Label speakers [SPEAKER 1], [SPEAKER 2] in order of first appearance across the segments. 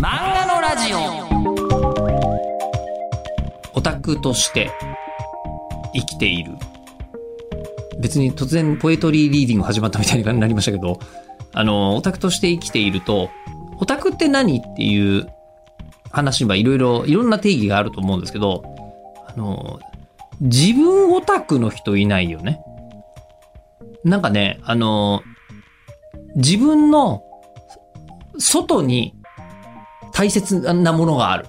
[SPEAKER 1] 漫画のラジオオタクとして生きている別に突然ポエトリーリーディング始まったみたいになりましたけどあのオタクとして生きているとオタクって何っていう話はいろいろいろんな定義があると思うんですけどあの自分オタクの人いないよねなんかねあの自分の外に大切なものがある。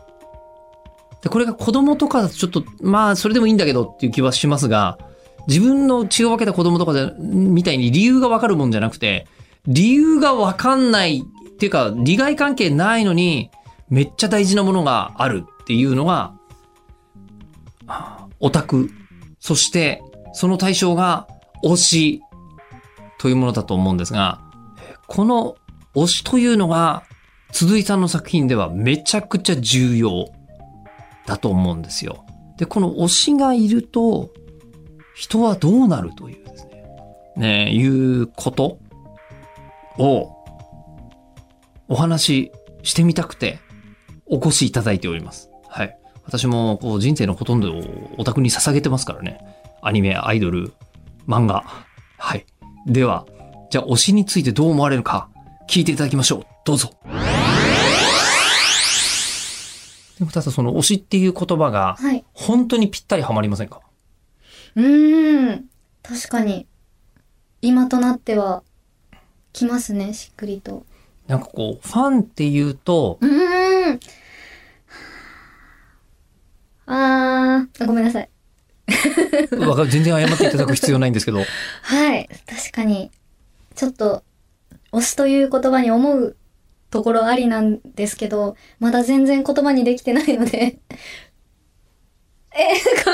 [SPEAKER 1] で、これが子供とかだとちょっと、まあ、それでもいいんだけどっていう気はしますが、自分の血を分けた子供とかでみたいに理由がわかるもんじゃなくて、理由がわかんないっていうか、利害関係ないのに、めっちゃ大事なものがあるっていうのが、オタク。そして、その対象が推しというものだと思うんですが、この推しというのが、鈴井さんの作品ではめちゃくちゃ重要だと思うんですよ。で、この推しがいると、人はどうなるというですね、ねいうことをお話ししてみたくてお越しいただいております。はい。私もこう人生のほとんどをオタクに捧げてますからね。アニメ、アイドル、漫画。はい。では、じゃあ推しについてどう思われるか聞いていただきましょう。どうぞ。でも、ただその推しっていう言葉が、本当にぴったりはまりませんか、はい、
[SPEAKER 2] うん。確かに、今となっては、きますね、しっくりと。
[SPEAKER 1] なんかこう、ファンっていうと、
[SPEAKER 2] うん。 あー、ごめんなさい。
[SPEAKER 1] わかる、全然謝っていただく必要ないんですけ ど。
[SPEAKER 2] はい、確かに。ちょっと、推しという言葉に思うところありなんですけど、まだ全然言葉にできてないので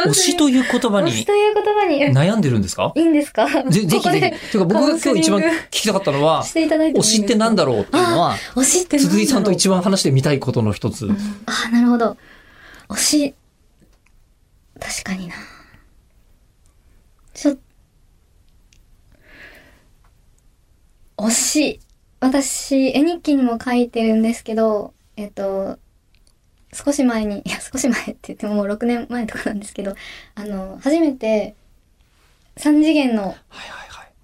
[SPEAKER 1] 推しという言葉に。
[SPEAKER 2] 推しという言葉に。
[SPEAKER 1] 悩んでるんですか
[SPEAKER 2] いいんですか
[SPEAKER 1] ぜ ぜひぜひ。てか僕が今日一番聞きたかったのは、推しってなんだろうっていうのは、
[SPEAKER 2] 推しって
[SPEAKER 1] 鈴井さんと一番話してみたいことの一つ。うん、
[SPEAKER 2] あ、なるほど。推し、確かにな。ちょっと、推し、私、絵日記にも書いてるんですけど、えっと、少し前に、いや、少し前って言ってももう6年前とかなんですけど、あの、初めて、3次元の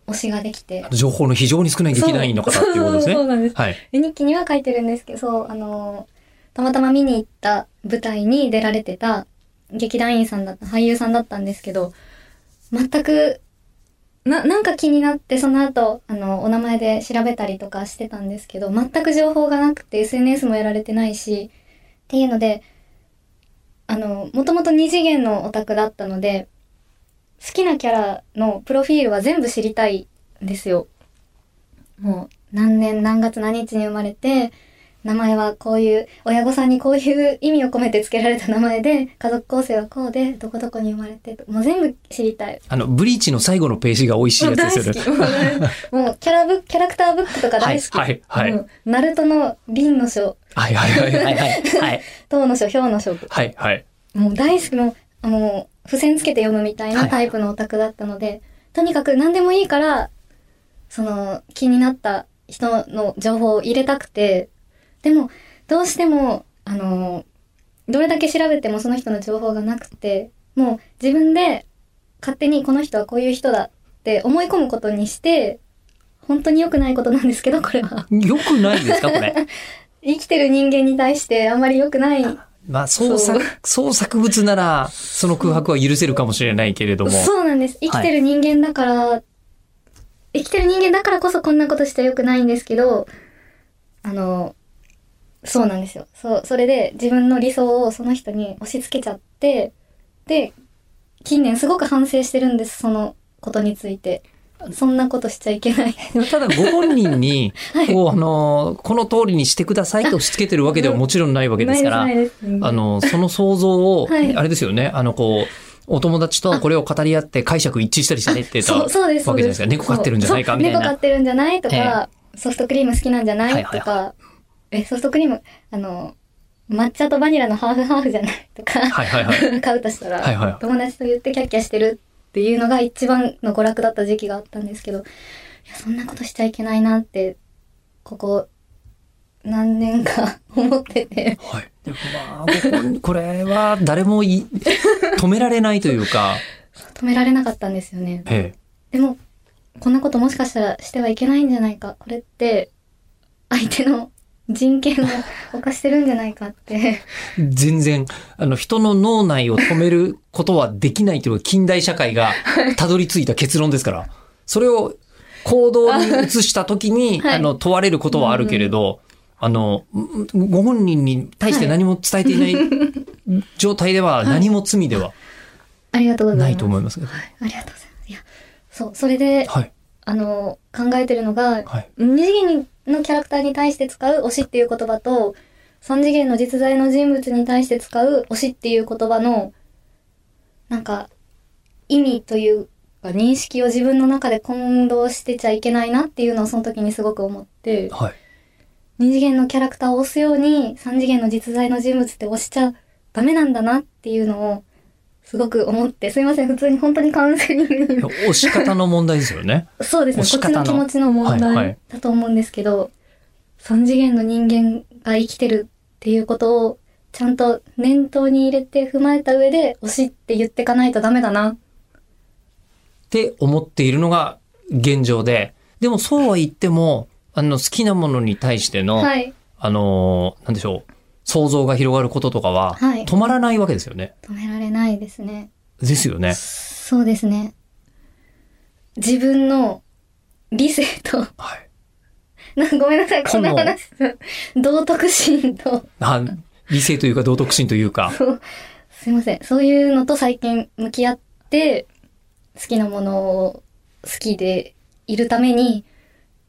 [SPEAKER 2] 推しができて、はいはい
[SPEAKER 1] はい、情報の非常に少ない劇団員の方っていうことですね。
[SPEAKER 2] そうなんです、
[SPEAKER 1] はい。
[SPEAKER 2] 絵日記には書いてるんですけど、そう、あの、たまたま見に行った舞台に出られてた劇団員さんだった、俳優さんだったんですけど、全くな、なんか気になって、その後、あの、お名前で調べたりとかしてたんですけど、全く情報がなくて、SNS もやられてないし、っていうので、あの、もともと2次元のオタクだったので、好きなキャラのプロフィールは全部知りたいんですよ。もう、何年何月何日に生まれて、名前はこういう、親御さんにこういう意味を込めて付けられた名前で、家族構成はこうで、どこどこに生まれて、もう全部知りたい。
[SPEAKER 1] あの、ブリーチの最後のページが美味しいやつです
[SPEAKER 2] よね。もう、もうキャラブ、キャラクターブックとか大好き。
[SPEAKER 1] はい、はい、はい。
[SPEAKER 2] ナルトの瓶の書。
[SPEAKER 1] はい、はい、はい、はい。はい。
[SPEAKER 2] 唐の書、表の書。
[SPEAKER 1] はい、 はい。
[SPEAKER 2] もう大好き、もう、もう、付箋つけて読むみたいなタイプのオタクだったので、はい、とにかく何でもいいから、その、気になった人の情報を入れたくて、でも、どうしても、あのー、どれだけ調べてもその人の情報がなくて、もう自分で勝手にこの人はこういう人だって思い込むことにして、本当に良くないことなんですけど、これは。
[SPEAKER 1] 良くないですか、これ。
[SPEAKER 2] 生きてる人間に対してあんまり良くない。
[SPEAKER 1] まあ、創作、創作物なら、その空白は許せるかもしれないけれども。
[SPEAKER 2] そうなんです。生きてる人間だから、はい、生きてる人間だからこそこんなことして良くないんですけど、あのー、そうなんですよ。そう、それで自分の理想をその人に押し付けちゃって、で、近年すごく反省してるんです、そのことについて。そんなことしちゃいけない。
[SPEAKER 1] ただご本人に、こう、 はい、あの、この通りにしてくださいと押し付けてるわけではもちろんないわけですから、ね、あの、その想像を、はい、あれですよね、あの、こう、お友達とこれを語り合って解釈一致したりしてってたわけじゃないですか。猫飼ってるんじゃないかみたいな。
[SPEAKER 2] 猫飼ってるんじゃないとか、えー、ソフトクリーム好きなんじゃないとか、はいはいはいえ、ソフトクリーム、あの、抹茶とバニラのハーフハーフじゃないとか、
[SPEAKER 1] はいはいはい、
[SPEAKER 2] 買うとしたら、
[SPEAKER 1] はいはい、
[SPEAKER 2] 友達と言ってキャッキャしてるっていうのが一番の娯楽だった時期があったんですけど、いや、そんなことしちゃいけないなって、ここ、何年か 思ってて。
[SPEAKER 1] はい。でもまあ、こここれは誰もい止められないというか、
[SPEAKER 2] 止められなかったんですよね。
[SPEAKER 1] ええ、
[SPEAKER 2] でも、こんなこともしかしたらしてはいけないんじゃないか。これって、相手の人権を犯してるんじゃないかって。
[SPEAKER 1] 全然、あの、人の脳内を止めることはできないというのが近代社会がたどり着いた結論ですから、それを行動に移した時に、
[SPEAKER 2] はい
[SPEAKER 1] あの、問われることはあるけれど、あの、んご本人に対して何も伝えていない状態では何も罪では
[SPEAKER 2] ありがとうございます。
[SPEAKER 1] ないと思いますけど。
[SPEAKER 2] はい、ありがとうございます。いや、そう、それで、
[SPEAKER 1] はい。
[SPEAKER 2] あの、考えてるのが、
[SPEAKER 1] はい。
[SPEAKER 2] 二次元のキャラクターに対して使う推しっていう言葉と、三次元の実在の人物に対して使う推しっていう言葉の、なんか、意味というか認識を自分の中で混同してちゃいけないなっていうのをその時にすごく思って、
[SPEAKER 1] はい。
[SPEAKER 2] 二次元のキャラクターを押すように三次元の実在の人物って押しちゃダメなんだなっていうのをすごく思って、すいません、普通に本当にカウン セリングに
[SPEAKER 1] 押し方の問題ですよね。
[SPEAKER 2] そうですね。こ
[SPEAKER 1] 押し
[SPEAKER 2] っち
[SPEAKER 1] 方の
[SPEAKER 2] の気持ちの問
[SPEAKER 1] はいはい
[SPEAKER 2] 題だと思うんですけど、三次元の人間が生きてるっていうことをちゃんと念頭に入れて踏まえた上で推しって言ってかないとダメだな。
[SPEAKER 1] って思っているのが現状で、でもそうは言っても、あの、好きなものに対しての、
[SPEAKER 2] はい。
[SPEAKER 1] あのー、なんでしょう、想像が広がることとかは、
[SPEAKER 2] はい
[SPEAKER 1] 止まらないわけですよね。
[SPEAKER 2] 止められないですね。
[SPEAKER 1] ですよね。
[SPEAKER 2] そうですね。自分の理性と、
[SPEAKER 1] はい。
[SPEAKER 2] な ごめんなさい、こんな話。道徳心と、
[SPEAKER 1] あ理性というか道徳心というか、
[SPEAKER 2] そうすいません。そういうのと最近向き合って、好きなものを好きでいるために、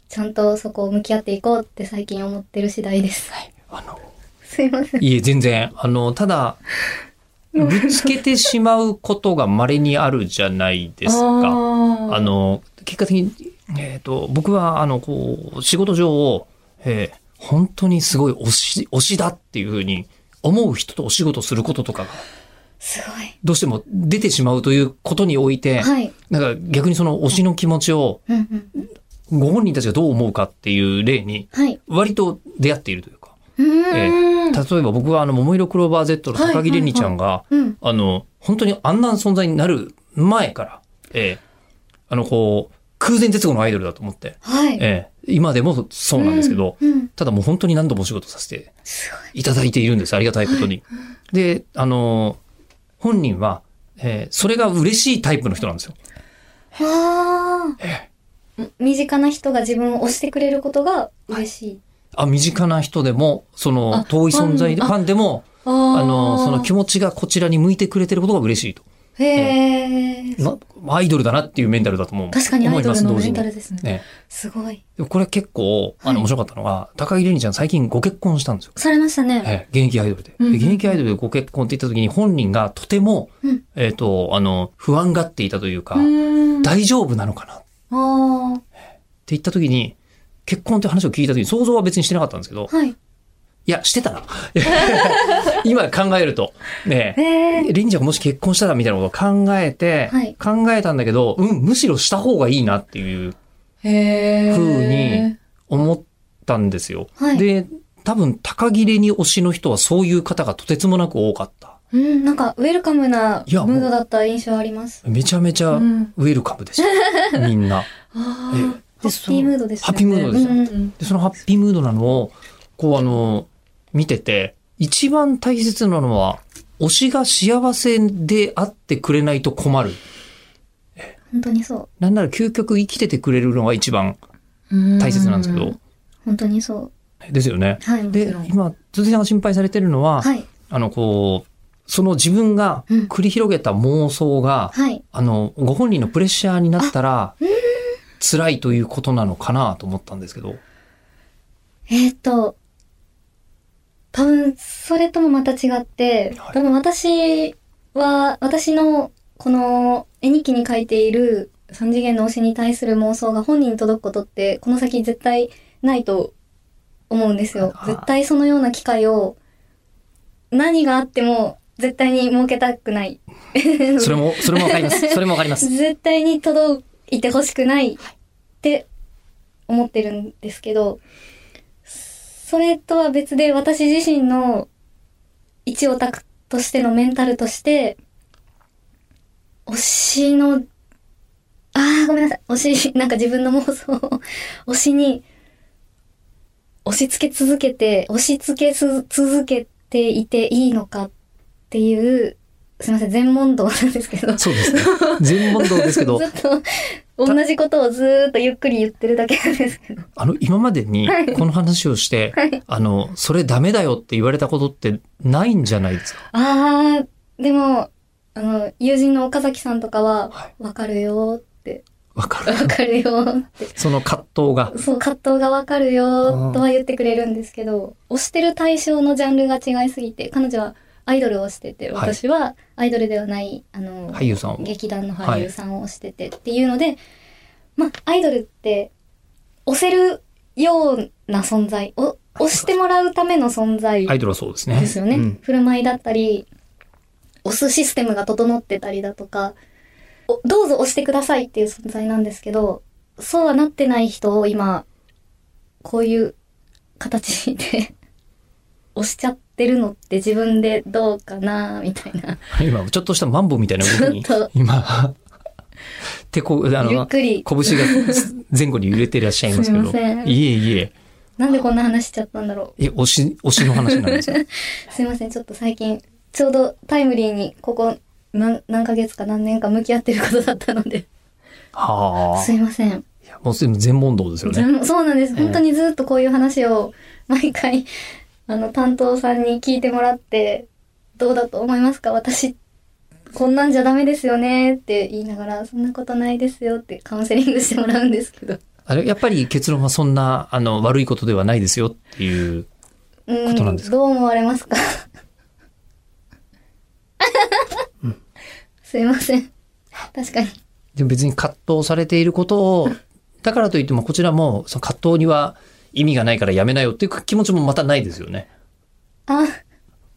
[SPEAKER 2] ちゃんとそこを向き合っていこうって最近思ってる次第です。
[SPEAKER 1] あの、
[SPEAKER 2] すいません。
[SPEAKER 1] いえ、全然、あの、ただ、ぶつけてしまうことが稀にあるじゃないですか。あ
[SPEAKER 2] あ
[SPEAKER 1] の、結果的に、えっ、と、僕は、あの、こう、仕事上を、えー本当にすごい推し、推しだっていうふうに思う人とお仕事することとかが、
[SPEAKER 2] すご
[SPEAKER 1] どうしても出てしまうということにおいて、
[SPEAKER 2] い。はい。
[SPEAKER 1] なんか逆にその推しの気持ちを、
[SPEAKER 2] うんうん。
[SPEAKER 1] ご本人たちがどう思うかっていう例に、
[SPEAKER 2] はい。
[SPEAKER 1] 割と出会っているというか、
[SPEAKER 2] う
[SPEAKER 1] え
[SPEAKER 2] ーん。
[SPEAKER 1] 例えば僕はあの、桃色クローバー Z の高木玲にちゃんが、
[SPEAKER 2] うん。
[SPEAKER 1] あの、本当にあんな存在になる前から、ええあの、こう、空前絶後のアイドルだと思って、
[SPEAKER 2] はい。
[SPEAKER 1] ええ今でもそうなんですけど、
[SPEAKER 2] うん。
[SPEAKER 1] ただもう本当に何度もお仕事させて
[SPEAKER 2] す
[SPEAKER 1] いただいているんです。ありがたいことに。で、あの、本人は、ええそれが嬉しいタイプの人なんですよ。
[SPEAKER 2] ごい。ああ。身近な人が自分を推してくれることが嬉しい。
[SPEAKER 1] あ、身近な人でも、その
[SPEAKER 2] あ
[SPEAKER 1] 遠い存在で、
[SPEAKER 2] ファン
[SPEAKER 1] ファンでも、
[SPEAKER 2] あ
[SPEAKER 1] あ
[SPEAKER 2] ー
[SPEAKER 1] の、その気持ちがこちらに向いてくれてることが嬉しいと。
[SPEAKER 2] へえ。
[SPEAKER 1] なアイドルだなっていうメンタルだと思う。
[SPEAKER 2] 確かにアイドルの
[SPEAKER 1] 思います
[SPEAKER 2] メンタルですね
[SPEAKER 1] 同時にええ
[SPEAKER 2] すごい。
[SPEAKER 1] でもこれ結構、あの、面白かったのが、高木玲にちゃん最近ご結婚したんですよ。
[SPEAKER 2] されましたね。
[SPEAKER 1] ええ現役アイドルで。
[SPEAKER 2] うん
[SPEAKER 1] で現役アイドルでご結婚って言った時に本人がとても、
[SPEAKER 2] うん
[SPEAKER 1] えっ、と、あの、不安がっていたというか、
[SPEAKER 2] うん。
[SPEAKER 1] 大丈夫なのかなって
[SPEAKER 2] あ
[SPEAKER 1] 言った時に、結婚って話を聞いた時に想像は別にしてなかったんですけど、
[SPEAKER 2] あ。はい。
[SPEAKER 1] いや、してたな。 今考えると。ね
[SPEAKER 2] え
[SPEAKER 1] え。
[SPEAKER 2] え。
[SPEAKER 1] リンちゃんがもし結婚したらみたいなことを考えて、
[SPEAKER 2] はい
[SPEAKER 1] 考えたんだけど、うん、むしろした方がいいなっていう
[SPEAKER 3] へえ。
[SPEAKER 1] ふうに思ったんですよ。
[SPEAKER 2] はい
[SPEAKER 1] で、多分、高切れに推しの人はそういう方がとてつもなく多かった。
[SPEAKER 2] うん、なんか、ウェルカムない
[SPEAKER 1] や
[SPEAKER 2] ムードだった印象あります。
[SPEAKER 1] めちゃめちゃ
[SPEAKER 3] う
[SPEAKER 1] ウ
[SPEAKER 3] ん。
[SPEAKER 1] ェルカムで した。みんな。
[SPEAKER 3] あ
[SPEAKER 1] ええ
[SPEAKER 3] ー
[SPEAKER 2] ハッピームードですよね。
[SPEAKER 1] ハッピームードですよ
[SPEAKER 2] うん
[SPEAKER 3] うん
[SPEAKER 1] で、そのハッピームードなのを、こうあの、見てて、一番大切なのは、推しが幸せであってくれないと困る。
[SPEAKER 2] 本当にそう。
[SPEAKER 1] なんなら究極生きててくれるのが一番
[SPEAKER 3] うん
[SPEAKER 1] 大切なんですけど。
[SPEAKER 2] 本当にそう。
[SPEAKER 1] ですよね。
[SPEAKER 2] はい、もち
[SPEAKER 1] で
[SPEAKER 2] ろん。、
[SPEAKER 1] 今、鈴木さんが心配されてるのは、
[SPEAKER 2] はい。
[SPEAKER 1] あの、こう、その自分が
[SPEAKER 2] うん
[SPEAKER 1] 繰り広げた妄想が、
[SPEAKER 2] はい。
[SPEAKER 1] あの、ご本人のプレッシャーになったら、辛いということなのかなと思ったんですけど。
[SPEAKER 2] えーっと、多分、それともまた違って、
[SPEAKER 1] はい
[SPEAKER 2] 多分私は、私の、この、絵日記に書いている三次元の推しに対する妄想が本人に届くことって、この先絶対ないと思うんですよ
[SPEAKER 1] あ。ー
[SPEAKER 2] 絶対そのような機会を、何があっても、絶対に設けたくない。
[SPEAKER 1] それも、それもわかり ます。それもわかります。
[SPEAKER 2] 絶対に届いてほしくないって思ってるんですけど、それとは別で私自身の一オタクとしてのメンタルとして、推しの、あーごめんなさい。推し、 なんか自分の妄想を、推しに、押し付け続けて、押し付けす続けていていいのかっていう、すいません、全問答なんですけど。
[SPEAKER 1] そうですね。全問答です けど
[SPEAKER 2] ず、っと、同じことをずーっとゆっくり言ってるだけなんですけど。
[SPEAKER 1] あの、今までに
[SPEAKER 2] はい
[SPEAKER 1] この話をして、
[SPEAKER 2] はい
[SPEAKER 1] あの、それダメだよって言われたことってないんじゃないですか。
[SPEAKER 2] あー、でも、あの、友人の岡崎さんとかは、
[SPEAKER 1] はい。
[SPEAKER 2] わかるよーって、
[SPEAKER 1] わか る
[SPEAKER 2] わ。かるよ ーって、
[SPEAKER 1] その葛藤が。
[SPEAKER 2] そう、葛藤がわかるよーとは言ってくれるんですけど、推してる対象のジャンルが違いすぎて、彼女はアイドルを推してて、
[SPEAKER 1] はい
[SPEAKER 2] 私はアイドルではない、あの、
[SPEAKER 1] 俳優さんを。
[SPEAKER 2] 劇団の俳優さんを推しててっていうので、まあ、アイドルって、推せるような存在、お推してもらうための存在
[SPEAKER 1] アイドルはそうですね。
[SPEAKER 2] ですよね。
[SPEAKER 1] うん
[SPEAKER 2] 振る舞いだったり、押すシステムが整ってたりだとか、おどうぞ押してくださいっていう存在なんですけど、そうはなってない人を今、こういう形で 押しちゃってるのって自分でどうかなみたいな。
[SPEAKER 1] 今、ちょっとしたマンボウみたいな動 きに
[SPEAKER 2] ちょっと、
[SPEAKER 1] 今、手こ、あ
[SPEAKER 2] ゆっ
[SPEAKER 1] の、
[SPEAKER 2] くり。
[SPEAKER 1] 拳が前後に揺れていらっしゃいますけど。
[SPEAKER 2] すいません
[SPEAKER 1] いえいえ。
[SPEAKER 2] なんでこんな話しちゃったんだろ
[SPEAKER 1] え、推し、推しの話なん ですか
[SPEAKER 2] う。すいません、ちょっと最近、ちょうどタイムリーにここ何何ヶ月か何年か向き合ってることだったので、
[SPEAKER 1] はあ
[SPEAKER 2] すいません。。
[SPEAKER 1] いやもうすでに全問答ですよね。
[SPEAKER 2] 全部そうなんです、
[SPEAKER 1] ええ
[SPEAKER 2] 本当にずっとこういう話を毎回あの担当さんに聞いてもらってどうだと思いますか私こんなんじゃダメですよねって言いながらそんなことないですよってカウンセリングしてもらうんですけど、
[SPEAKER 1] あれ、やっぱり結論はそんな、あの、悪いことではないですよっていう。
[SPEAKER 2] う
[SPEAKER 1] ことなん
[SPEAKER 2] ん
[SPEAKER 1] です
[SPEAKER 2] どう思われますか、すいません確かに
[SPEAKER 1] でも別に葛藤されていることを、だからといってもこちらも、その葛藤には意味がないからやめなよっていう気持ちもまたないですよね。
[SPEAKER 2] あ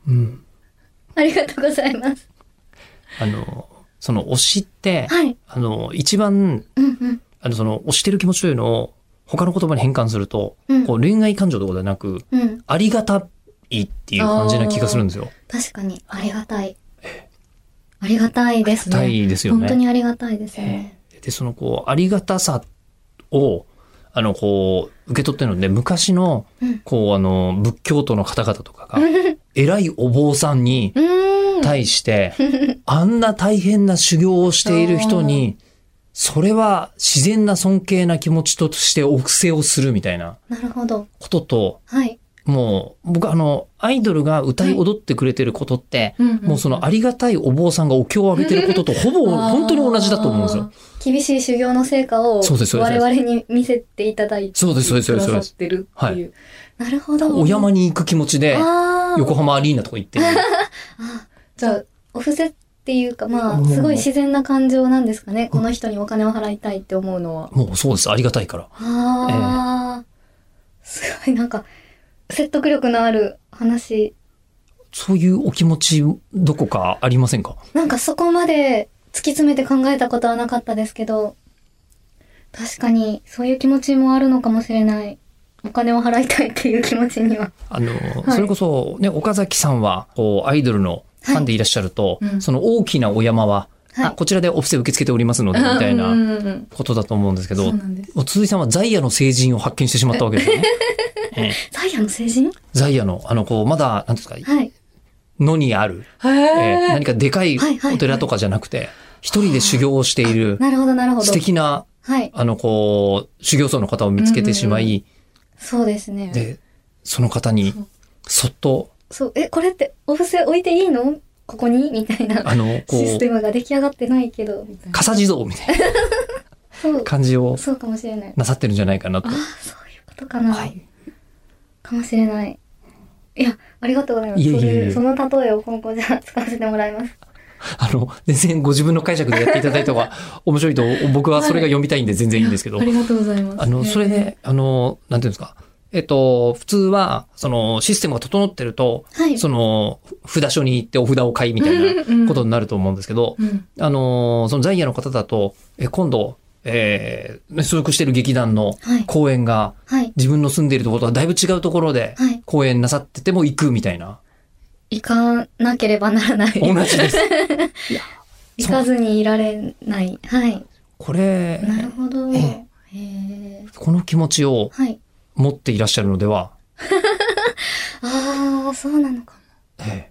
[SPEAKER 1] うん。
[SPEAKER 2] ありがとうございます
[SPEAKER 1] あの、その推しって、
[SPEAKER 2] はい
[SPEAKER 1] あの、一番、
[SPEAKER 2] うんうん
[SPEAKER 1] あの、その推してる気持ちというのを他の言葉に変換すると、
[SPEAKER 2] うん
[SPEAKER 1] こう恋愛感情とかではなく、
[SPEAKER 2] うん
[SPEAKER 1] ありがたいっていう感じな気がするんですよ。
[SPEAKER 2] 確かにありがたいありがたいですね
[SPEAKER 1] たいですよね。
[SPEAKER 2] 本当にありがたいですね。
[SPEAKER 1] で、そのこう、ありがたさを、あの、こう、受け取ってるので、昔の
[SPEAKER 2] うん、
[SPEAKER 1] こう、あの、仏教徒の方々とかが、偉いお坊さんに
[SPEAKER 2] うーん。
[SPEAKER 1] 対して、あんな大変な修行をしている人に、それは自然な尊敬な気持ちとしておせをするみたいな
[SPEAKER 2] なるほど。
[SPEAKER 1] ことと、
[SPEAKER 2] はい。
[SPEAKER 1] もう、僕あの、アイドルが歌い踊ってくれてることって、もうそのありがたいお坊さんがお経をあげてることとほぼ本当に同じだと思うんですよ。
[SPEAKER 2] 厳しい修行の成果を
[SPEAKER 1] そうですそうです
[SPEAKER 2] 我々に見せていただいて
[SPEAKER 1] そうです、そうです、そう
[SPEAKER 3] く
[SPEAKER 1] です
[SPEAKER 3] だ
[SPEAKER 1] そうで
[SPEAKER 3] さっ
[SPEAKER 1] す。
[SPEAKER 3] てるっていう。
[SPEAKER 2] なるほど。
[SPEAKER 1] お山に行く気持ちで、
[SPEAKER 2] あー
[SPEAKER 1] 横浜アリーナとか行ってる。
[SPEAKER 2] あ
[SPEAKER 3] じゃあ、
[SPEAKER 2] お布施っていうか、
[SPEAKER 1] う
[SPEAKER 2] まあ、
[SPEAKER 1] ん
[SPEAKER 2] すごい自然な感情なんですかね。この人にお金を払いたいって思うのは。
[SPEAKER 1] もうそうです。ありがたいから。
[SPEAKER 2] ああ。すごい、なんか、説得力のある話
[SPEAKER 1] そういうお気持ち、どこかありませんか
[SPEAKER 2] なんかそこまで突き詰めて考えたことはなかったですけど、確かにそういう気持ちもあるのかもしれない。お金を払いたいっていう気持ちには。
[SPEAKER 1] あの、それこそ、ね、岡崎さんは、こう、アイドルのファンでいらっしゃると、
[SPEAKER 3] はいうん
[SPEAKER 1] その大きなお山は、
[SPEAKER 2] はい
[SPEAKER 1] あこちらでお布施受け付けておりますので、みたい
[SPEAKER 3] うん
[SPEAKER 1] な
[SPEAKER 3] うんうん
[SPEAKER 1] ことだと思うんですけ
[SPEAKER 3] そ
[SPEAKER 1] ど
[SPEAKER 3] う、なんです。
[SPEAKER 1] もう鈴井さんはザイヤの成人を発見してしまったわけですよ ね。ええ
[SPEAKER 2] ザイヤの成人
[SPEAKER 1] ザイヤの、あの、こう、まだ、なんですか、
[SPEAKER 2] はい。
[SPEAKER 1] 野にある、
[SPEAKER 3] へ
[SPEAKER 1] ええ
[SPEAKER 3] え
[SPEAKER 1] 何。かでかい
[SPEAKER 2] はいはい
[SPEAKER 1] お寺とかじゃなくて、一人で修行をしている、
[SPEAKER 2] なるほど、なるほど
[SPEAKER 1] 素。敵な
[SPEAKER 2] はい。
[SPEAKER 1] あの、こう、修行僧の方を見つけてしまい、
[SPEAKER 2] そうですね。
[SPEAKER 1] で、その方に
[SPEAKER 3] そう、
[SPEAKER 1] そっと、
[SPEAKER 2] そう、え、これってお布施置いていいのここにみたいな。
[SPEAKER 1] あの、こ
[SPEAKER 2] システ
[SPEAKER 1] う、
[SPEAKER 2] ムが出来上がってないけど。
[SPEAKER 1] 笠地蔵みたいな
[SPEAKER 2] そう、
[SPEAKER 1] 感じを
[SPEAKER 2] そうかもしれない。
[SPEAKER 1] なさってるんじゃないかなと
[SPEAKER 2] ああ。、そういうことかな。
[SPEAKER 1] はい。
[SPEAKER 2] かもしれない。いや、ありがとうございます。
[SPEAKER 1] いえいえいえ
[SPEAKER 2] そういうその例えを今後じゃあ使わせてもらいます。
[SPEAKER 1] あの、全然ご自分の解釈でやっていただいた方が面白いと、僕はそれが読みたいんで全然いいんですけど
[SPEAKER 3] あ、りがとうございます。
[SPEAKER 1] あの、それね、あの、なんていうんですか。えっと、普通は、その、システムが整ってると、
[SPEAKER 2] はい
[SPEAKER 1] その、札所に行ってお札を買いみたいなことになると思うんですけど、
[SPEAKER 3] うん。
[SPEAKER 1] あのーそのザイヤの方だと、え、今度、えー所属してる劇団の
[SPEAKER 2] はい
[SPEAKER 1] 公演が
[SPEAKER 2] はい。
[SPEAKER 1] 自分の住んでいるところとはだいぶ違うところで
[SPEAKER 2] はい。
[SPEAKER 1] 公演なさってても行くみたいな。
[SPEAKER 2] 行かなければならない。
[SPEAKER 1] 同じ です。
[SPEAKER 2] 行かずにいられない。はい。
[SPEAKER 1] これ、
[SPEAKER 2] なるほど。
[SPEAKER 1] え
[SPEAKER 2] へえ。
[SPEAKER 1] この気持ちを
[SPEAKER 2] はい。
[SPEAKER 1] 持っていらっしゃるのでは、
[SPEAKER 2] ああ、そうなのかも。
[SPEAKER 1] え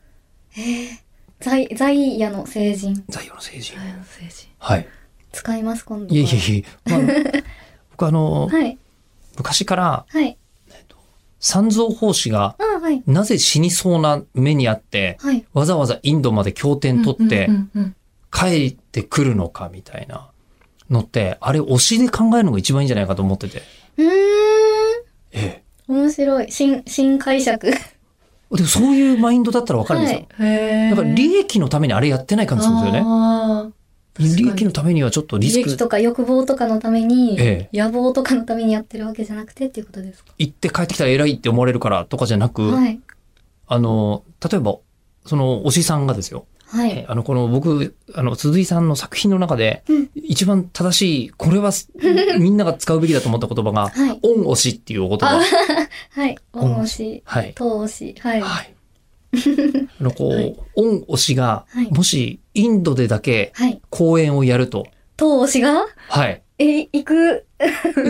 [SPEAKER 2] 在、在野の成人。
[SPEAKER 1] ー、在用の成人。
[SPEAKER 3] 大の成人
[SPEAKER 1] はい。
[SPEAKER 2] 使います、今度。
[SPEAKER 1] いえいえい え。まああの僕あの、
[SPEAKER 2] はい。
[SPEAKER 1] 昔から
[SPEAKER 2] はい。
[SPEAKER 1] 三蔵法師が
[SPEAKER 2] ああ、はい。
[SPEAKER 1] なぜ死にそうな目にあって、
[SPEAKER 2] はい。
[SPEAKER 1] わざわざインドまで経典取って
[SPEAKER 3] うんうんうん
[SPEAKER 1] 帰ってくるのかみたいなのって、あれ推しで考えるのが一番いいんじゃないかと思ってて。
[SPEAKER 2] うー
[SPEAKER 1] え
[SPEAKER 2] ん。面白い。新、新解釈。
[SPEAKER 1] え。でもそういうマインドだったらわかるんですよ。
[SPEAKER 2] はい
[SPEAKER 3] うんへえ
[SPEAKER 1] だから利益のためにあれやってない感じするんですよね。
[SPEAKER 3] あー
[SPEAKER 1] 利益のためにはちょっとリ
[SPEAKER 2] 利
[SPEAKER 1] ス
[SPEAKER 2] 益
[SPEAKER 1] ク、
[SPEAKER 2] とか欲望とかのために、
[SPEAKER 1] ええ、
[SPEAKER 2] 野望とかのためにやってるわけじゃなくてっていうことですか
[SPEAKER 1] 行って帰ってきたら偉いって思われるからとかじゃなく、
[SPEAKER 2] はい。
[SPEAKER 1] あの、例えば、その推しさんがですよ。
[SPEAKER 2] は
[SPEAKER 1] え
[SPEAKER 2] い。
[SPEAKER 1] あの、この僕、あの、鈴井さんの作品の中で
[SPEAKER 2] うん、
[SPEAKER 1] 一番正しい、こ れはみんなが使うべきだと思った言葉が、
[SPEAKER 2] はい。
[SPEAKER 1] 恩推しっていうお言葉
[SPEAKER 2] あ。はい。恩押し、
[SPEAKER 1] はい。
[SPEAKER 2] 投押し。はい。
[SPEAKER 1] はい。あの、こう、
[SPEAKER 2] はい
[SPEAKER 1] 恩推しが
[SPEAKER 2] はい、
[SPEAKER 1] もし、インドでだけ
[SPEAKER 2] はい。
[SPEAKER 1] 公演をやると。
[SPEAKER 2] 投押しが
[SPEAKER 1] はい。
[SPEAKER 2] え、行く。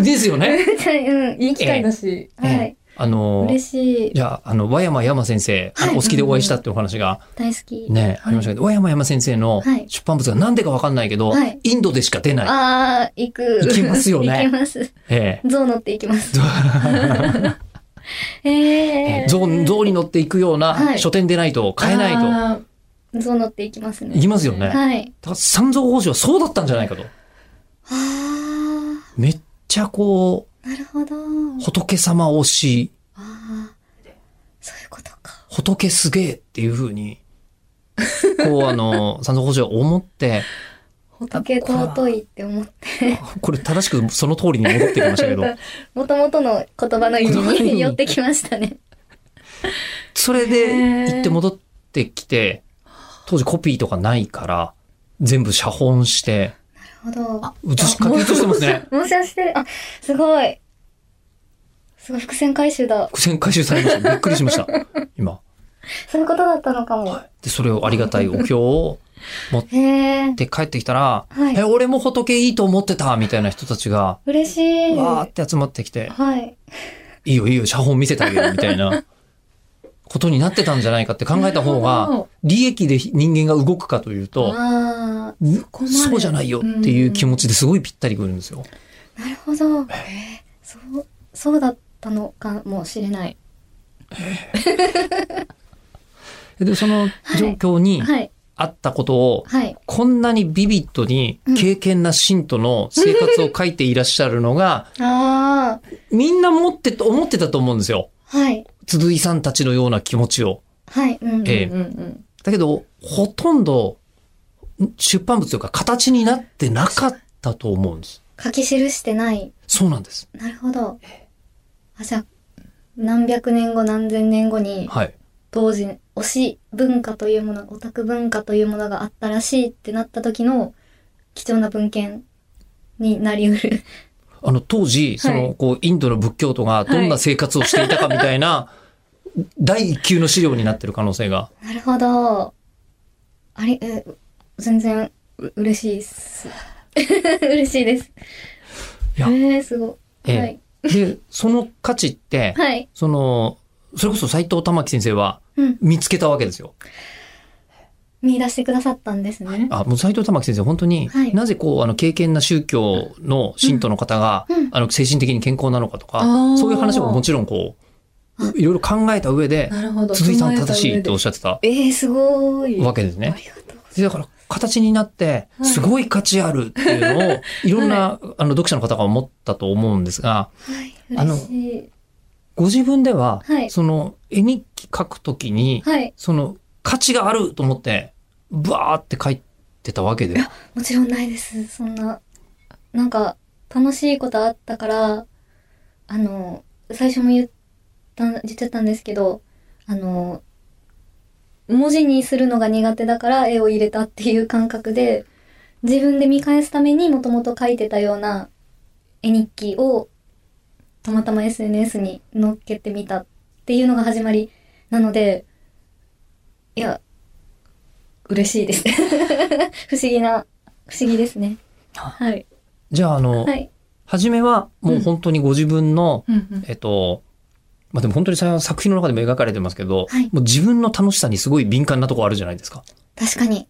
[SPEAKER 1] です よね。
[SPEAKER 2] うん。
[SPEAKER 3] いい機会だし
[SPEAKER 2] はい。
[SPEAKER 1] あの、
[SPEAKER 2] 嬉しい。
[SPEAKER 1] じゃあ、あの、和山山先生、あの
[SPEAKER 2] はい
[SPEAKER 1] お好きでお会いしたっていうお話が
[SPEAKER 2] 大好き。
[SPEAKER 1] ね、ありましたけど、和山山先生の
[SPEAKER 2] はい
[SPEAKER 1] 出版物が何でかわかんないけど、
[SPEAKER 2] はい
[SPEAKER 1] インドでしか出ない。
[SPEAKER 2] ああ、行く。
[SPEAKER 1] 行きますよね
[SPEAKER 2] 行きます。
[SPEAKER 1] え
[SPEAKER 2] 象乗って行 きます。
[SPEAKER 1] え
[SPEAKER 2] ええ。
[SPEAKER 1] 象象に乗っていくよう
[SPEAKER 2] は
[SPEAKER 1] ない書店でないと買えないと。
[SPEAKER 3] あー
[SPEAKER 2] 象乗って行きますね。
[SPEAKER 1] いきますよね。だか
[SPEAKER 2] はい。
[SPEAKER 1] ら三蔵法師はそうだったんじゃないかと。
[SPEAKER 2] あ
[SPEAKER 1] めっちゃこ
[SPEAKER 2] あ、なるほど。
[SPEAKER 1] う、仏様推し、
[SPEAKER 2] ああ、そういうことか。
[SPEAKER 1] 仏すげえっていう風に、こうあの、三蔵法師は思って、
[SPEAKER 2] 仏尊いって思って、
[SPEAKER 1] これ正しくその通りに戻ってきましたけど、
[SPEAKER 2] もともとの言葉の意
[SPEAKER 1] 言葉の意
[SPEAKER 2] 味
[SPEAKER 1] 味
[SPEAKER 2] に寄ってきましたね。
[SPEAKER 1] それで行って戻ってきて、当時コピーとかないから、全部写本して、
[SPEAKER 2] なるほど。
[SPEAKER 1] 写し、書き写してますね。
[SPEAKER 2] 模写してる。あ、すごい。すごい、伏線回収だ。
[SPEAKER 1] 苦戦回収されました。びっくりしました。今。
[SPEAKER 2] そういうことだったのかも。
[SPEAKER 1] で、それをありがたいお経を持っ
[SPEAKER 2] へえ。
[SPEAKER 1] て帰ってきたら、
[SPEAKER 2] はい
[SPEAKER 1] え、俺も仏いいと思ってたみたいな人たちが、
[SPEAKER 2] 嬉しい。
[SPEAKER 1] わー
[SPEAKER 2] は
[SPEAKER 1] って集まってきて、
[SPEAKER 2] い。
[SPEAKER 1] いいよいいよ、写本見せてあげるみたいなことになってたんじゃないかって考えた方
[SPEAKER 3] なるほ
[SPEAKER 1] が
[SPEAKER 3] ど、
[SPEAKER 1] 利益で人間が動くかというと、
[SPEAKER 2] あ
[SPEAKER 3] こまで
[SPEAKER 1] そうじゃないよっていう気持ちですごいぴったりくるんですよ。
[SPEAKER 2] あ、なるほど。えそう、そうだったのかもしれない。
[SPEAKER 1] で、その状況に
[SPEAKER 2] はい。
[SPEAKER 1] あったことを、
[SPEAKER 2] はい。
[SPEAKER 1] こんなにビビッドに敬虔な信徒の生活を書いていらっしゃるのが、
[SPEAKER 2] あ
[SPEAKER 1] みんな持ってと、思ってたと思うんですよ。
[SPEAKER 2] あ、はい。
[SPEAKER 1] 鈴井さんたちのような気持ちを。
[SPEAKER 2] はい。うん。
[SPEAKER 1] ええ
[SPEAKER 3] うんうん
[SPEAKER 1] だけど、ほとんど出版物というか形になってなかったと思うんです。
[SPEAKER 2] 書き記してない。
[SPEAKER 1] そうなんです。
[SPEAKER 2] なるほど。あ、じゃあ、何百年後何千年後に、
[SPEAKER 1] はい。
[SPEAKER 2] 当時、推し文化というもの、オタク文化というものがあったらしいってなった時の貴重な文献になりうる。
[SPEAKER 1] あの、当時、その、こう、インドの仏教徒がどんな生活をしていたかみたいな、 第一級の資料になってる可能性が。
[SPEAKER 2] なるほど。あれ、え、全然、う嬉しいっす。 嬉しいです。
[SPEAKER 1] いや
[SPEAKER 2] えー、すごい。
[SPEAKER 1] ええ
[SPEAKER 2] はい。
[SPEAKER 1] で、その価値って、
[SPEAKER 2] はい。
[SPEAKER 1] その、それこそ斎藤玉木先生は
[SPEAKER 2] うん。
[SPEAKER 1] 見つけたわけですよ。
[SPEAKER 2] 見出してくださったんですね。
[SPEAKER 1] あ、もう斎藤玉木先生、本当に、
[SPEAKER 2] はい
[SPEAKER 1] なぜこう、あの、敬虔な宗教の信徒の方が、
[SPEAKER 2] うんうん
[SPEAKER 1] あの、精神的に健康なのかとか、
[SPEAKER 3] あー
[SPEAKER 1] そういう話ももちろんこ
[SPEAKER 2] あ
[SPEAKER 1] う、いろいろ考えた上で、
[SPEAKER 3] なるほど
[SPEAKER 1] 鈴井さん正しいっておっしゃってた
[SPEAKER 2] えー、すごい。
[SPEAKER 1] わけです
[SPEAKER 2] あ
[SPEAKER 1] ね。
[SPEAKER 2] りがとう。
[SPEAKER 1] でだから、形になって、
[SPEAKER 3] はい
[SPEAKER 1] すごい価値あるっていうのを、いろんな、あの、読者の方が思ったと思うんですが、
[SPEAKER 2] はい。
[SPEAKER 1] あの
[SPEAKER 2] 嬉しい。
[SPEAKER 1] ご自分では、
[SPEAKER 2] はい
[SPEAKER 1] その、絵日記書くときに、
[SPEAKER 2] はい。
[SPEAKER 1] その、価値があると思って、ブワーって書いてたわけで。
[SPEAKER 2] もちろんないです。そんな。なんか、楽しいことあったから、あの、最初も言った、言っちゃったんですけど、あの、文字にするのが苦手だから絵を入れたっていう感覚で、自分で見返すためにもともと書いてたような絵日記をたまたま SNS に載っけてみたっていうのが始まりなので、いや、嬉しいです。 不思議な、不思議ですね。はい。
[SPEAKER 1] じゃあ、あの、
[SPEAKER 2] はい。
[SPEAKER 1] 初めはもう本当にご自分の、
[SPEAKER 3] うんうん
[SPEAKER 1] えっと、まあ、でも本当にさ作品の中でも描かれてますけど、
[SPEAKER 2] はい
[SPEAKER 1] もう自分の楽しさにすごい敏感なとこあるじゃないですか。
[SPEAKER 2] 確かに。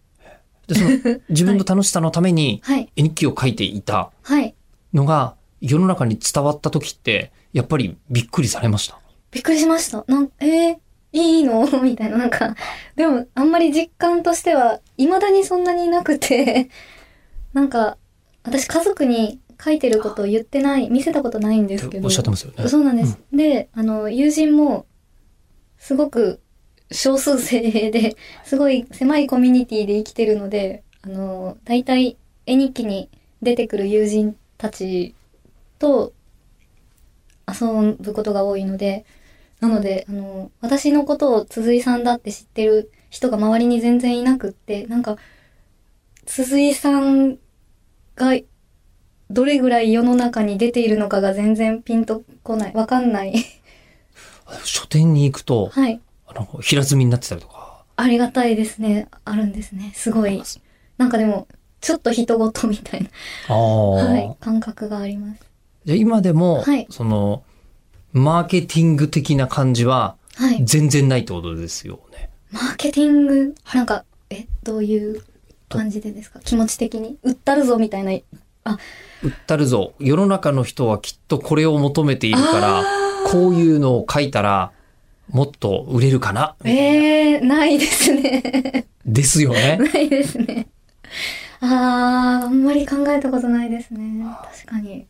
[SPEAKER 1] で、そ の自分の楽しさのために
[SPEAKER 2] はい。
[SPEAKER 1] 絵日記を書いていた
[SPEAKER 2] はい。
[SPEAKER 1] のが世の中に伝わった時って、やっぱりびっくりされました。
[SPEAKER 2] びっくりしました。なん、えー、いいの みたいな、なんか、でも、あんまり実感としては、未だにそんなになくて、 なんか、私家族に書いてることを言ってない、見せたことないんです
[SPEAKER 1] っ
[SPEAKER 2] け
[SPEAKER 1] て
[SPEAKER 2] ど。
[SPEAKER 1] おっしゃってますよね。
[SPEAKER 2] そうなんです。で、あの、友人も、すごく少数精鋭で、すごい狭いコミュニティで生きてるので、あの、大体、絵日記に出てくる友人たちと遊ぶことが多いので、なので、あの、私のことを鈴井さんだって知ってる人が周りに全然いなくって、なんか、鈴井さんがどれぐらい世の中に出ているのかが全然ピンとこない。わか んない。
[SPEAKER 1] 書店に行くと、
[SPEAKER 2] はい。
[SPEAKER 1] あの、平積みになってたりとか、
[SPEAKER 2] ありがたいですね。あるんですね。すご
[SPEAKER 1] あり
[SPEAKER 2] い
[SPEAKER 1] ま。す
[SPEAKER 2] なんかでも、ちょっと人ごとみたいな、
[SPEAKER 1] ああ、
[SPEAKER 2] はい、感覚があります。
[SPEAKER 1] じゃあ今でも、
[SPEAKER 2] はい
[SPEAKER 1] その、マーケティング的な感じは
[SPEAKER 2] はい。
[SPEAKER 1] 全然ないってことですよね。
[SPEAKER 2] マーケティング、なんか、え、どういう感じでですか気持ち的に。売ったるぞみたいな。
[SPEAKER 1] たるぞ、世の中の人はきっとこれを求めているから、こういうのを書いたら、もっと売れるかな、
[SPEAKER 2] えー、ないですね。
[SPEAKER 1] ですよね。
[SPEAKER 2] ないですね。あー、あんまり考えたことないですね。確かに。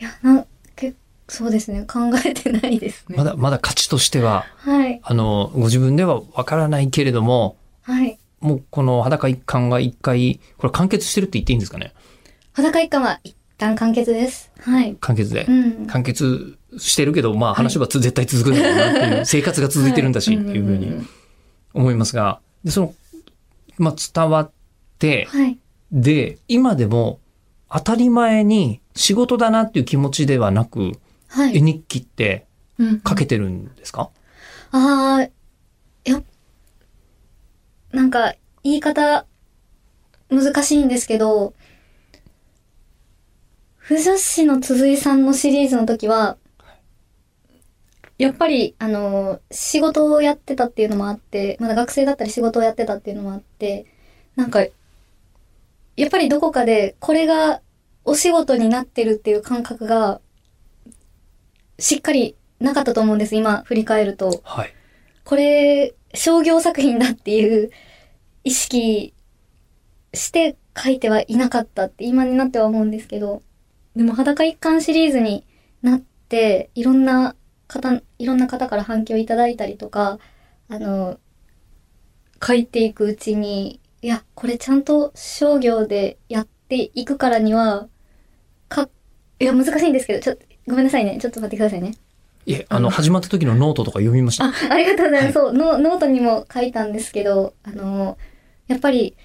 [SPEAKER 2] いや、なん、けそうですね。考えてないですね。
[SPEAKER 1] まだ、まだ価値としては、
[SPEAKER 2] はい。
[SPEAKER 1] あの、ご自分ではわからないけれども、
[SPEAKER 2] はい。
[SPEAKER 1] もうこの裸一貫が一回、これ完結してるって言っていいんですかね
[SPEAKER 2] 裸一貫は一旦完結です。はい。
[SPEAKER 1] 完結で
[SPEAKER 2] う。ん。
[SPEAKER 1] 完結してるけど、まあ話はつ絶対続くんだろうな っていう、生活が続いてるんだしっていうふうに思いますが、で、その、まあ伝わって、
[SPEAKER 2] はい。
[SPEAKER 1] で、今でも当たり前に仕事だなっていう気持ちではなく、
[SPEAKER 2] は
[SPEAKER 1] 絵
[SPEAKER 2] い。
[SPEAKER 1] 日記って
[SPEAKER 3] うん
[SPEAKER 1] 書けてるんですか、
[SPEAKER 2] あー、いや、なんか、言い方、難しいんですけど、不女子の鈴井さんのシリーズの時は、やっぱり、あの、仕事をやってたっていうのもあって、まだ学生だったり仕事をやってたっていうのもあって、なんか、やっぱりどこかで、これがお仕事になってるっていう感覚が、しっかりなかったと思うんです、今振り返ると。
[SPEAKER 1] はい。
[SPEAKER 2] これ、商業作品だっていう意識して書いてはいなかったって今になっては思うんですけど、でも裸一貫シリーズになって、いろんな方、いろんな方から反響いただいたりとか、あの、書いていくうちに、いや、これちゃんと商業でやっていくからには、か、いや、難しいんですけど、ちょっと、ごめんなさいね。ちょっと待ってくださいね。
[SPEAKER 1] いえ、あの、始まった時のノートとか読みました。
[SPEAKER 2] あ、ありがとうございます。そう、ノノートにも書いたんですけど、あの、やっぱり、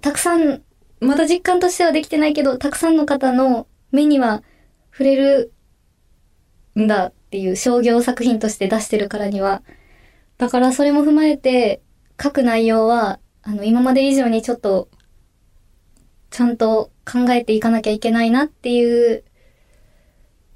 [SPEAKER 2] たくさん、まだ実感としてはできてないけど、たくさんの方の目には触れるんだっていう商業作品として出してるからには。だからそれも踏まえて、書く内容は、あの、今まで以上にちょっと、ちゃんと考えていかなきゃいけないなっていう、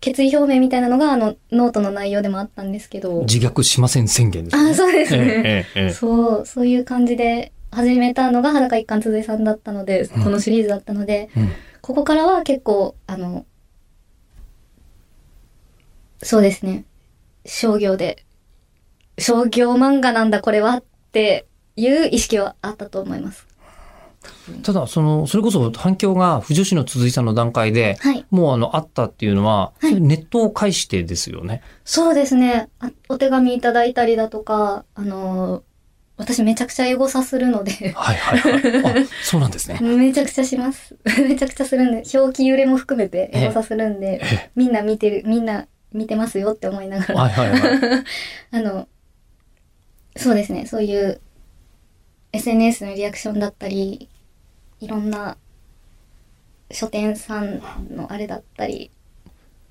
[SPEAKER 2] 決意表明みたいなのが、あの、ノートの内容でもあったんですけど。
[SPEAKER 1] 自虐しません宣言ですね、
[SPEAKER 2] あ、そうです
[SPEAKER 1] ええ
[SPEAKER 2] ね。
[SPEAKER 1] ええええ
[SPEAKER 2] そう、そういう感じで始めたのが裸一貫鈴井さんだったので、
[SPEAKER 1] うん
[SPEAKER 2] このシリーズだったので、
[SPEAKER 1] うん
[SPEAKER 2] ここからは結構、あの、そうですね。商業で、商業漫画なんだこれはっていう意識はあったと思います。
[SPEAKER 1] ただ、その、それこそ反響が、不女子の続いさんの段階で、
[SPEAKER 2] はい。
[SPEAKER 1] もうあの、あったっていうのは、
[SPEAKER 2] はい
[SPEAKER 1] それネットを介してですよね。
[SPEAKER 2] そうですね。あお手紙いただいたりだとか、あの、私めちゃくちゃエゴサするので、
[SPEAKER 1] はいはい はい。あ、そうなんですね。
[SPEAKER 2] めちゃくちゃします。 めちゃくちゃするんで、表記揺れも含めて
[SPEAKER 1] ええ
[SPEAKER 2] エゴサするん
[SPEAKER 1] え
[SPEAKER 2] で
[SPEAKER 1] え、
[SPEAKER 2] みんな見てる、みんな見てますよって思いながら、
[SPEAKER 1] はいはいはい。
[SPEAKER 2] あの、そうですね、そういう SNS のリアクションだったり、いろんな書店さんのあれだったり、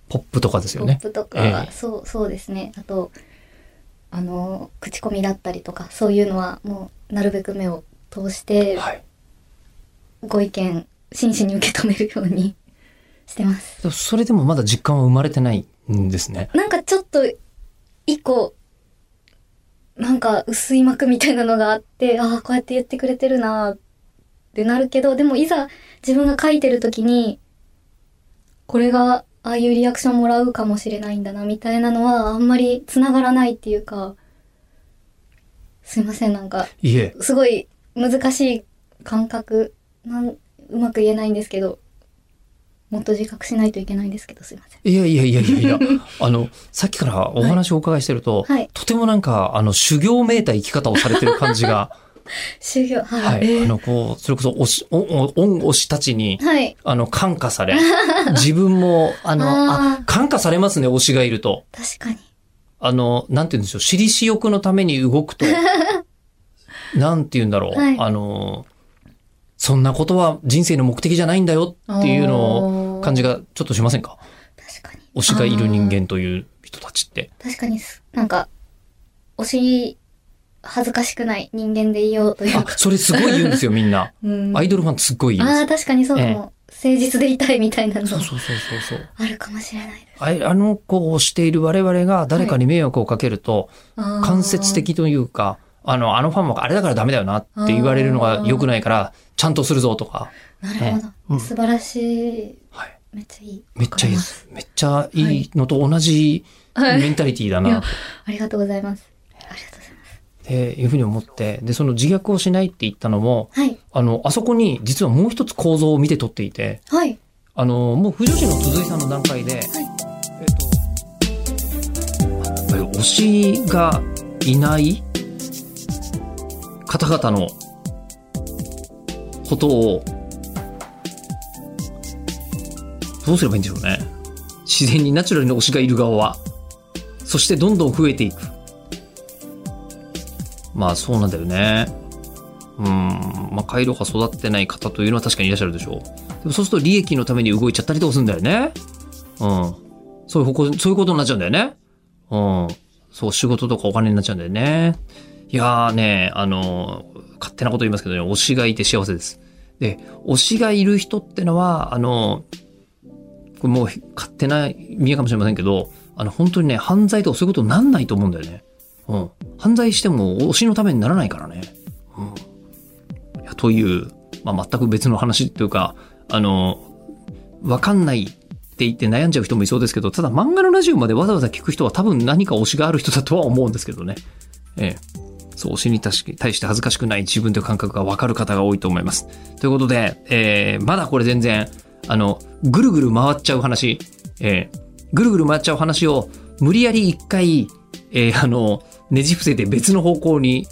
[SPEAKER 1] ポップとかですよ
[SPEAKER 2] ポッ
[SPEAKER 1] ね。
[SPEAKER 2] プとか、
[SPEAKER 1] ええ
[SPEAKER 2] そう、そうですね。あと、あの、口コミだったりとか、そういうのはもう、なるべく目を通して、
[SPEAKER 1] はい。
[SPEAKER 2] ご意見、真摯に受け止めるように してます。
[SPEAKER 1] でもそれでもまだ実感は生まれてないんですね。
[SPEAKER 2] なんかちょっと、一個、なんか薄い膜みたいなのがあって、ああ、こうやって言ってくれてるなーってなるけど、でもいざ自分が書いてる時に、これが、ああいうリアクションもらうかもしれないんだな、みたいなのは、あんまり繋がらないっていうか、すいません、なんか、
[SPEAKER 1] いえ。
[SPEAKER 2] すごい難しい感覚なんうまく言えないんですけどもっと自覚しないといけないんですけどすいません
[SPEAKER 1] いやいやいやいやいや、あの、さっきからお話をお伺いしてると、
[SPEAKER 2] はい
[SPEAKER 1] とてもなんか、あの、修行めいた生き方をされてる感じが、
[SPEAKER 2] 修行はい、
[SPEAKER 1] は
[SPEAKER 2] はい
[SPEAKER 1] い。あの、こう、それこそ、おし、お、お、恩推したちに、あの、感化され、自分も、あの、
[SPEAKER 2] あー
[SPEAKER 1] あ、感化されますね、推しがいると。
[SPEAKER 2] 確かに
[SPEAKER 1] あの、なんて言うんでしょう、私利私欲のために動く と、なんて言うんだろう、
[SPEAKER 2] はい
[SPEAKER 1] あの、そんなことは人生の目的じゃないんだよっていうのを感じがちょっとしませんか
[SPEAKER 2] 確かに
[SPEAKER 1] 推しがいる人
[SPEAKER 2] あー
[SPEAKER 1] 間という人たちって。
[SPEAKER 2] 確かにすなんか推し恥ずかしくない人間でいようという
[SPEAKER 1] あ
[SPEAKER 2] か、
[SPEAKER 1] それすごい 言うんですよ、みんな。
[SPEAKER 2] うん、
[SPEAKER 1] ア
[SPEAKER 2] あ
[SPEAKER 1] イドルファンすっごい言います。
[SPEAKER 2] あ確かにそうかも、誠実でいたいみたいなの
[SPEAKER 1] そうそうそうそうそう。
[SPEAKER 2] あるかもしれない
[SPEAKER 1] あいあの子をしている我々が誰かに迷惑をかけると、間接的というか、あの、あのファンはあれだからダメだよなって言われるのが良くないから、ちゃんとするぞとか。
[SPEAKER 2] なるほど、
[SPEAKER 1] うん
[SPEAKER 2] 素晴らしい
[SPEAKER 1] はい。
[SPEAKER 2] めっちゃいい
[SPEAKER 1] めっちゃいいで。
[SPEAKER 2] わかります
[SPEAKER 1] めっちゃいいのと同じ
[SPEAKER 3] はい
[SPEAKER 1] メンタリティだ
[SPEAKER 3] い
[SPEAKER 1] な
[SPEAKER 3] や
[SPEAKER 2] ありがとうございますありがとうございます
[SPEAKER 1] っていうふうに思って、で、その自虐をしないって言ったのも、
[SPEAKER 2] はい
[SPEAKER 1] あの、あそこに実はもう一つ構造を見て取っていて、
[SPEAKER 2] はい
[SPEAKER 1] あの、もう不女子の鈴井さんの段階で、えっと、やっぱり推しがいない方々のことを、どうすればいいんでしょうね。自然にナチュラルに推しがいる側は、そしてどんどん増えていく。まあそうなんだよね。うん、まあ回路が育ってない方というのは確かにいらっしゃるでしょう。でもそうすると利益のために動いちゃったりとかするんだよね。うん。そういう方向、そういうことになっちゃうんだよね。うん。そう、仕事とかお金になっちゃうんだよね。いやーね、あの、勝手なこと言いますけどね、推しがいて幸せです。で、推しがいる人ってのは、あの、これもう勝手な見えかもしれませんけど、あの、本当にね、犯罪とかそういうことになんないと思うんだよね。うん。犯罪しても推しのためにならないからね。うん。いやという、まあ、全く別の話というか、あの、わかんないって言って悩んじゃう人もいそうですけど、ただ漫画のラジオまでわざわざ聞く人は多分何か推しがある人だとは思うんですけどね。ええ。そう、推しに対し対して恥ずかしくない自分という感覚がわかる方が多いと思います。ということで、えーまだこれ全然、あの、ぐるぐる回っちゃう話、えーぐるぐる回っちゃう話を無理やり一回、えーあの、ねじ伏せて別の方向に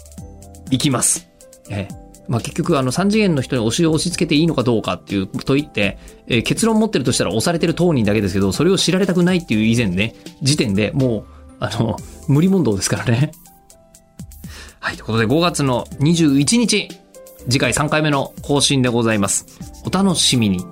[SPEAKER 1] 行きます。えーまあ、結局、あの、三次元の人に推しを押し付けていいのかどうかっていう問いって、えー結論持ってるとしたら押されてる当人だけですけど、それを知られたくないっていう以前ね、時点でもう、あの、無理問答ですからね。 はい、ということで5月の21日、次回3回目の更新でございます。お楽しみに。